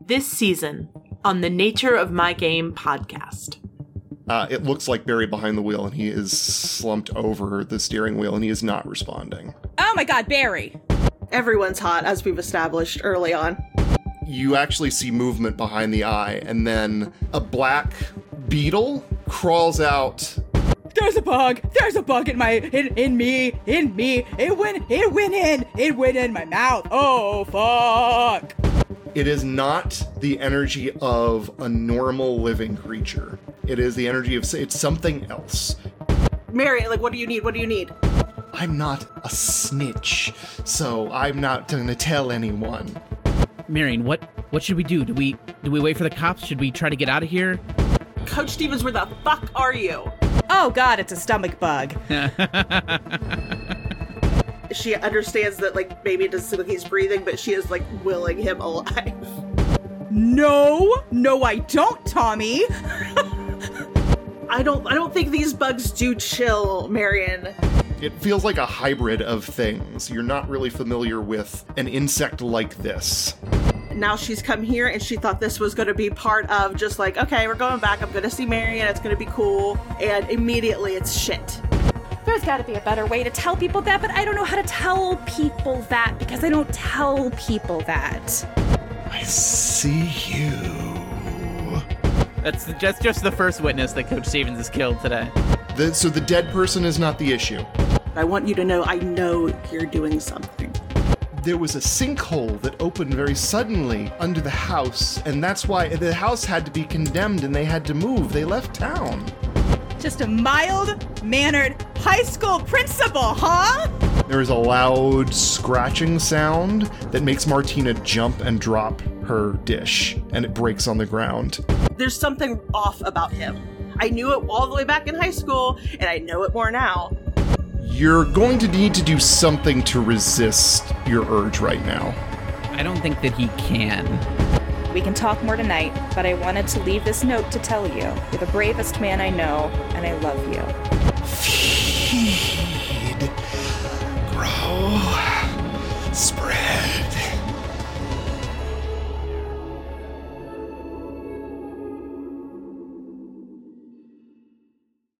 this season on the Nature of My Game podcast. Uh, it looks like Barry behind the wheel, and he is slumped over the steering wheel, and he is not responding. Oh my god, Barry! Everyone's hot, as we've established early on. You actually see movement behind the eye, and then a black beetle crawls out. There's a bug! There's a bug in my in, in me! In me! It went it went in! It went in my mouth! Oh fuck! It is not the energy of a normal living creature. It is the energy of it's something else. Mary, like, what do you need? What do you need? I'm not a snitch, so I'm not going to tell anyone. Marion, what what should we do? Do we do we wait for the cops? Should we try to get out of here? Coach Stevens, where the fuck are you? Oh god, it's a stomach bug. She understands that, like, maybe it doesn't seem like he's breathing, but she is, like, willing him alive. No! No, I don't, Tommy! I don't, I don't think these bugs do chill, Marion. It feels like a hybrid of things. You're not really familiar with an insect like this. Now she's come here and she thought this was going to be part of just like, okay, we're going back. I'm going to see Marion. It's going to be cool. And immediately it's shit. There's got to be a better way to tell people that, but I don't know how to tell people that because I don't tell people that. I see you. That's just just the first witness that Coach Stevens has killed today. The, so the dead person is not the issue. I want you to know I know you're doing something. There was a sinkhole that opened very suddenly under the house, and that's why the house had to be condemned and they had to move. They left town. Just a mild mannered high school principal, huh? There is a loud scratching sound that makes Martina jump and drop her dish, and it breaks on the ground. There's something off about him. I knew it all the way back in high school, and I know it more now. You're going to need to do something to resist your urge right now. I don't think that he can. We can talk more tonight, but I wanted to leave this note to tell you you're the bravest man I know, and I love you. Feed. Grow.